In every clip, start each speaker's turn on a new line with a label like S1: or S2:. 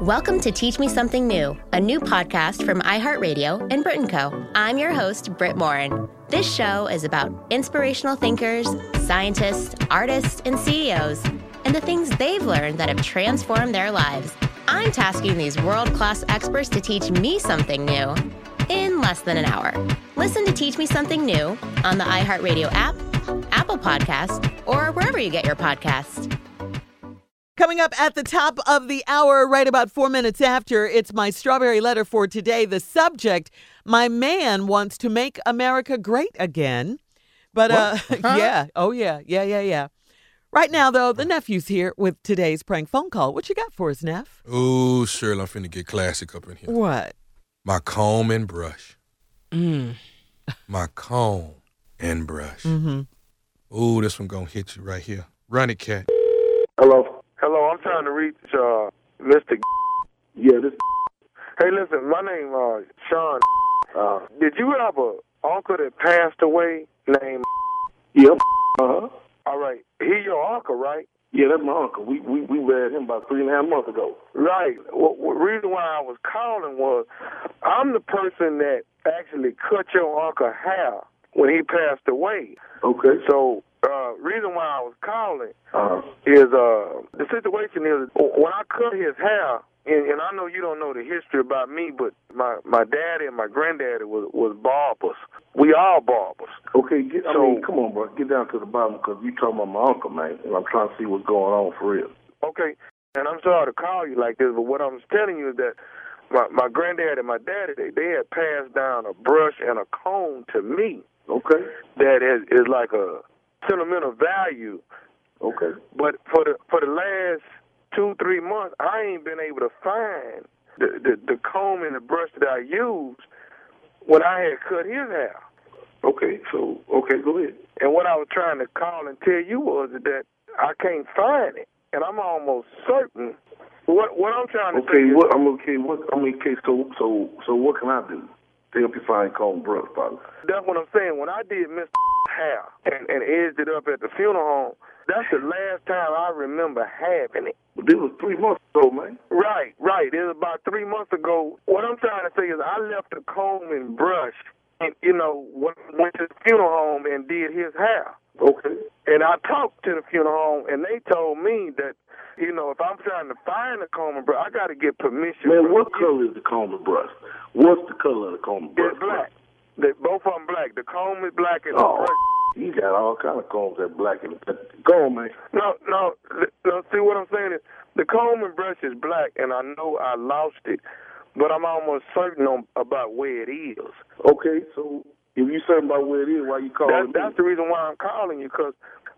S1: Welcome to Teach Me Something New, a new podcast from iHeartRadio and Brit and Co. I'm your host, Britt Morin. This show is about inspirational thinkers, scientists, artists, and CEOs, and the things they've learned that have transformed their lives. I'm tasking these world class experts to teach me something new in less than an hour. Listen to Teach Me Something New on the iHeartRadio app, Apple Podcast, or wherever you get your podcasts.
S2: Coming up at the top of the hour, right about four minutes after, it's my strawberry letter for today. The subject My man wants to make America great again. But, uh, yeah, oh, yeah, yeah, yeah, yeah. Right now, though, the nephew's here with today's prank phone call. What you got for us, Neff?
S3: Ooh, Shirley, I'm finna get classic up in here.
S2: What?
S3: My comb and brush. Mm. My comb and brush.
S4: Mm-hmm.
S3: Ooh, this one gonna hit you right here. Run it, cat.
S5: Hello. Hello, I'm trying to reach uh Mr. Yeah, this Hey listen, my name uh Sean uh did you have a uncle that passed away named
S6: Yep. Uh-huh.
S5: All right. He your uncle, right?
S6: Yeah, that's my uncle. We we we read him about three and a half months ago.
S5: Right. Well, the reason why I was calling was I'm the person that actually cut your uncle hair when he passed away.
S6: Okay. So
S5: So uh reason why I was calling
S6: uh
S5: is uh the situation is when I cut his hair, and, and I know you don't know the history about me, but my my daddy and my granddaddy was was barbers. We all barbers.
S6: okay, get I
S5: So-
S6: mean, come on, bro, get down to the bottom because you talking about my uncle, man, and I'm trying to see what's going on for real.
S5: Okay, and I'm sorry to call you like this, but what I'm telling you is that my my granddaddy and my daddy they, they had passed down a brush and a comb to me
S6: Okay.
S5: that is is like a sentimental value.
S6: Okay.
S5: But for the for the last two three months, I ain't been able to find the the, the comb and the brush that I used when I had cut his hair.
S6: Okay. So okay, go ahead.
S5: And what I was trying to call and tell you was that I can't find it, and I'm almost certain. What what I'm trying to say
S6: Okay,
S5: is-
S6: what I'm okay, what I mean okay, so so so what can I do to help you find Colin Brooks, probably?
S5: That's what I'm saying. When I did Mr. Hair and, and edged it up at the funeral home, that's the last time I remember having it.
S6: But this was three months ago, man.
S5: Right, right. It was about three months ago. What I'm trying to say is I left the comb and brush and, you know, went, went to the funeral home and did his hair.
S6: Okay.
S5: And I talked to the funeral home, and they told me that, you know, if I'm trying to find the comb and brush, I got to get permission.
S6: Man,
S5: from
S6: what
S5: you.
S6: color is the Coleman brush? What's the color of the Coleman brush?
S5: It's black. They, both of them black. The comb is black and the
S6: Oh,
S5: brush
S6: you got all kind of combs that black and go on, man.
S5: No, no, th- no. See what I'm saying is the comb and brush is black, and I know I lost it, but I'm almost certain on, about where it is.
S6: Okay, so if you certain about where it is, why you calling
S5: That,
S6: me?
S5: that's the reason why I'm calling you, cause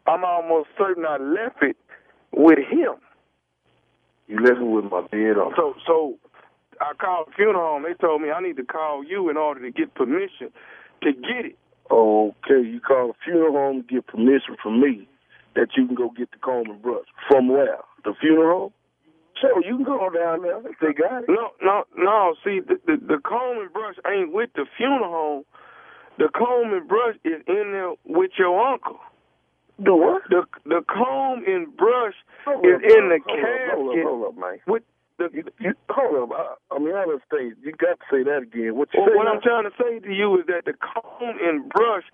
S5: I'm almost certain I left it with him.
S6: You left me with my bed on.
S5: So, so I called the funeral home. They told me I need to call you in order to get permission to get it.
S6: Okay, you call a funeral home to get permission from me that you can go get the comb and brush. From where? The funeral home? Sure, you can go down there if they got it.
S5: No, no, no. See, the, the, the comb and brush ain't with the funeral home. The comb and brush is in there with your uncle.
S6: Do what?
S5: The the comb and brush
S6: Hold
S5: is
S6: up,
S5: in the
S6: hold up, Hold up,
S5: casket
S6: hold up, man.
S5: with the.
S6: You, you, hold up. I, I mean, I don't say you got to say that again. What you
S5: Well,
S6: say?
S5: what
S6: now?
S5: I'm trying to say to you is that the comb and brush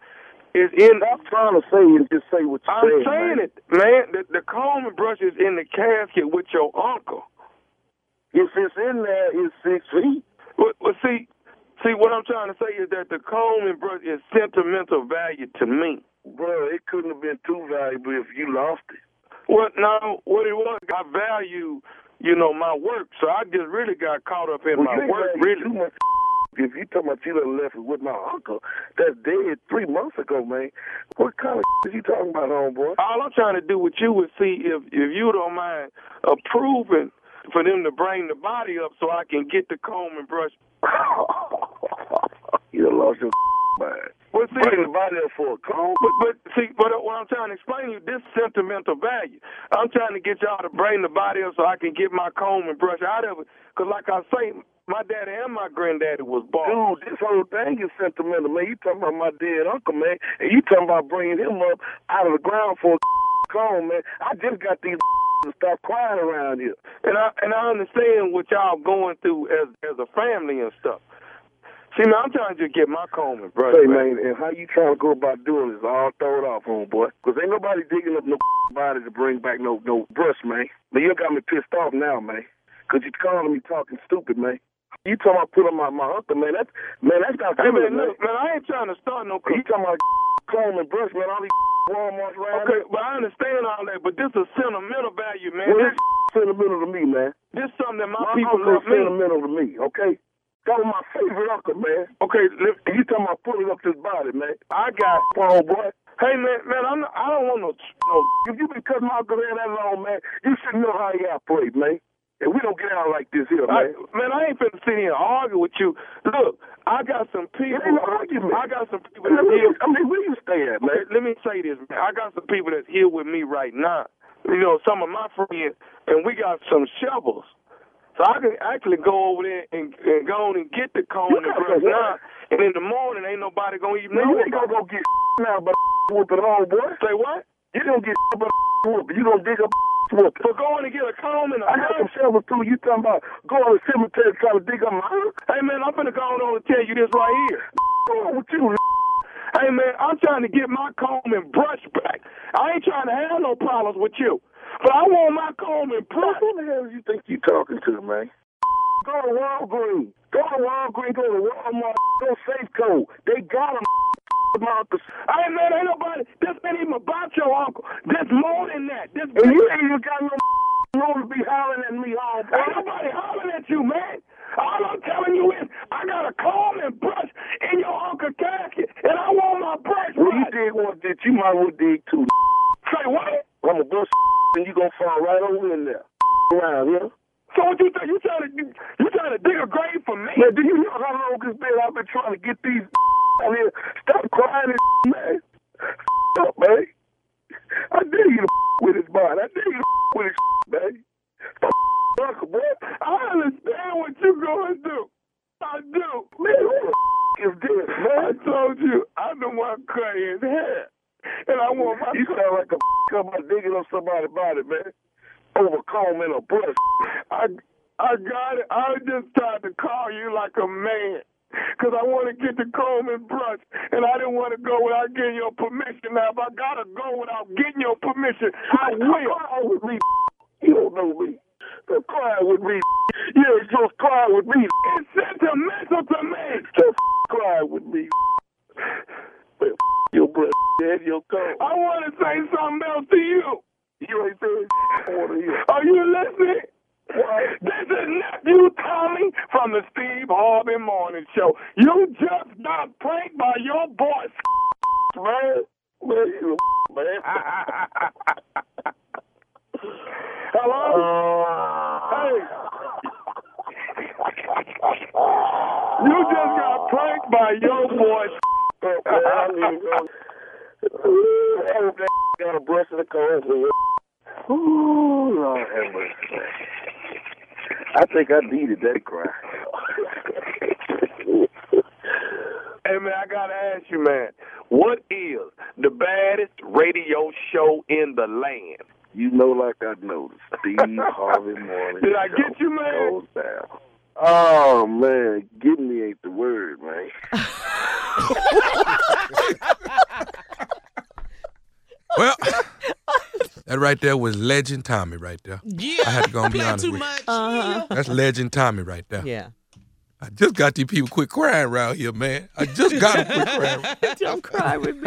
S5: is in.
S6: Stop trying to say and just say what you
S5: I'm
S6: said,
S5: saying
S6: man.
S5: it, man. The, the comb and brush is in the casket with your uncle.
S6: If it's in there, it's six feet.
S5: Well, well, see, see, what I'm trying to say is that the comb and brush is sentimental value to me.
S6: Bro, it couldn't have been too valuable if you lost it.
S5: Well, now what it was, I value, you know, my work. So I just really got caught up in my
S6: you ain't
S5: work,
S6: had
S5: really.
S6: too much if you talking about you done left it with my uncle that's dead three months ago, man, what kind of is you talking about, homeboy?
S5: All I'm trying to do with you is see if if you don't mind approving for them to bring the body up so I can get the comb and brush.
S6: you done lost your mind.
S5: But see,
S6: Bring the body up for a comb?
S5: but, but see, but what I'm trying to explain to you, this sentimental value. I'm trying to get y'all to bring the body up so I can get my comb and brush out of it. Cause like I say, my daddy and my granddaddy was bald.
S6: Dude, this whole thing is sentimental, man. You talking about my dead uncle, man, and you talking about bringing him up out of the ground for a comb, man. I just got these and stop crying around here.
S5: And I and I understand what y'all going through as as a family and stuff. See, man, I'm trying to just get my comb and brush.
S6: Say, man, and how you trying to go about doing this all thrown off on, boy. 'Cause ain't nobody digging up no body to bring back no no brush, man. But you got me pissed off now, man. 'Cause you calling me talking stupid, man. You talking about putting my my uncle, man. That's man, that's not
S5: Hey,
S6: feminine,
S5: man,
S6: man.
S5: look, man, I ain't trying to start no.
S6: You talking about comb and brush, man? All these Walmart's around.
S5: Okay, but I understand all that, but this is sentimental value, man.
S6: Well,
S5: This,
S6: that's sentimental to me, man.
S5: this is something that my,
S6: My
S5: people
S6: uncle's
S5: love me.
S6: sentimental to me, okay? That was my favorite uncle, man.
S5: Okay, look,
S6: And you talking about pulling up this body, man.
S5: I got.
S6: Phone boy.
S5: Hey, man, man, I'm not, I don't want no.
S6: No, if you been cutting my uncle's hair that long, man, you should know how he operate, man. And we don't get out like this here,
S5: I,
S6: man.
S5: man, I ain't finna sit here and argue with you. Look, I got some people.
S6: ain't no argument.
S5: I got some people
S6: I
S5: that
S6: mean,
S5: deal.
S6: I mean, where you stay at,
S5: Okay,
S6: man?
S5: let me say this, man. I got some people that's here with me right now. You know, some of my friends, and we got some shovels. So I can actually go over there and, and go on and get the cone
S6: You
S5: and
S6: got
S5: brush
S6: the what?
S5: now. And in the morning, ain't nobody gonna even
S6: Man,
S5: know.
S6: you ain't gonna
S5: about
S6: go get now, but whooping on, boy.
S5: it. Say what?
S6: You don't get but whooping. You gonna dig up whooping.
S5: For going to get a comb and a
S6: I got some
S5: brush?
S6: shovels too. You talking about going to the cemetery trying to dig up my uncle?
S5: Hey man, I'm finna go on and tell you this right here.
S6: What's wrong with you?
S5: Hey man, I'm trying to get my comb and brush back. I ain't trying to have no problems with you, but I want my comb and brush.
S6: Who the hell do you think you talking to, man? Go to Walgreens. Go to Walgreens. Go to Walmart. Go Safeco. They got them. About the,
S5: Hey man, ain't nobody. This ain't even about your uncle. This more than that. This
S6: and you
S5: ain't
S6: ain't even got no room to be hollering at me all day.
S5: nobody hollering at you, man. All I'm telling you is, I got a comb and brush in your uncle casket, and I want my brush
S6: When you
S5: back.
S6: dig one ditch, you might as well dig two.
S5: Say what?
S6: I'm a bush, and you gonna fall right over in there. Around here.
S5: So what you think? You trying to you, you trying to dig a grave for me?
S6: Man, do you know how long this been I've been trying to get these out here? Stop crying and man. Stop, man. I dare you to with his mind. I dare you to with his man. Stop, uncle, boy.
S5: I understand what you going through. I do.
S6: Man, who the is this, man?
S5: I told you, I'm the one cutting his hair. And I want my
S6: You sound like a come out digging up somebody's body, man. Over comb and a brush.
S5: I, I got it. I just tried to call you like a man. Because I want to get the comb and brush. And I didn't want to go without getting your permission. Now, if I got to go without getting your permission, I will.
S6: Cry with me. You don't know me. Don't cry with me. Yeah, just cry with me.
S5: It's sentimental to me.
S6: Just cry with me. Man, your brush and your comb.
S5: I want to say something else to you.
S6: You ain't saying I want to hear.
S5: Are you listening?
S6: Why?
S5: This is nephew Tommy from the Steve Harvey Morning Show. You just got pranked by your boy.
S6: Man, man, you a man.
S5: Hello?
S6: Uh,
S5: Hey. You just got pranked by your boy.
S6: Oh, man, I don't even know. Ooh, I hope that got a brush in the car. Ooh, Lord have mercy. I think I needed that cry.
S5: Hey man, I gotta ask you, man, what is the baddest radio show in the land?
S6: you know, like I know, the Steve Harvey Morning.
S5: Did I
S6: Show
S5: get you, man?
S6: Goes down. Oh man, get me ain't the word, man.
S3: Well, that right there was legend Tommy right there.
S4: Yeah.
S3: I had to go and be
S4: Play
S3: honest
S4: too
S3: with you.
S4: much.
S2: Uh-huh.
S3: That's legend Tommy right there.
S2: Yeah.
S3: I just got these people quit crying around here, man. I just got them quit crying.
S2: Don't cry with me.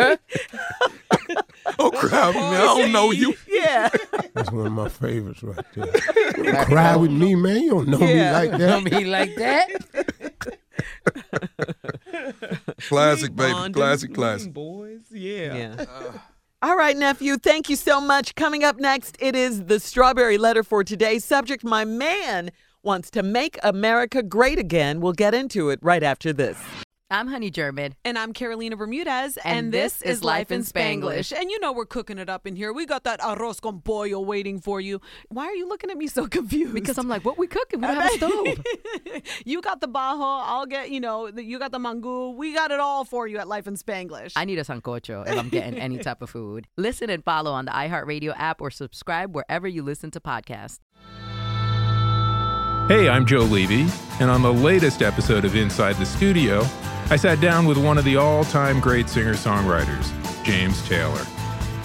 S3: Don't cry with me. I don't know you.
S2: Yeah.
S7: That's one of my favorites right there. Don't Cry with me, man. You don't know
S2: Yeah.
S7: me like that.
S4: me like that.
S3: Classic, baby.
S4: Bonding.
S3: Classic,
S4: Mm,
S3: classic.
S4: Boys, yeah.
S2: Yeah. All right, nephew, thank you so much. Coming up next, it is the strawberry letter for today's subject. My man wants to make America great again. We'll get into it right after this.
S4: I'm Honey German.
S2: And I'm Carolina Bermudez.
S4: And this is Life in Spanglish.
S2: And you know we're cooking it up in here. We got that arroz con pollo waiting for you. Why are you looking at me so confused?
S4: Because I'm like, what we cooking? We don't have a stove.
S2: you got the bajo. I'll get, you know, the, you got the mango. We got it all for you at Life in Spanglish.
S4: I need a sancocho if I'm getting any type of food. Listen and follow on the iHeartRadio app or subscribe wherever you listen to podcasts.
S8: Hey, I'm Joe Levy, and on the latest episode of Inside the Studio, I sat down with one of the all time great singer songwriters, James Taylor.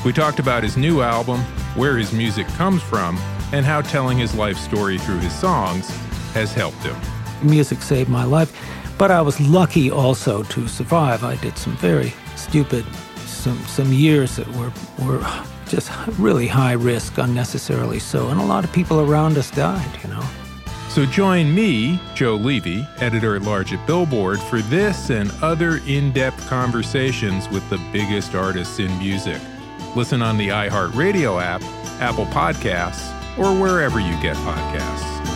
S8: We talked about his new album, where his music comes from, and how telling his life story through his songs has helped him.
S9: Music saved my life, but I was lucky also to survive. I did some very stupid, some some years that were were just really high risk, unnecessarily so, and a lot of people around us died. You know.
S8: So join me, Joe Levy, editor at large at Billboard, for this and other in depth conversations with the biggest artists in music. Listen on the iHeartRadio app, Apple Podcasts, or wherever you get podcasts.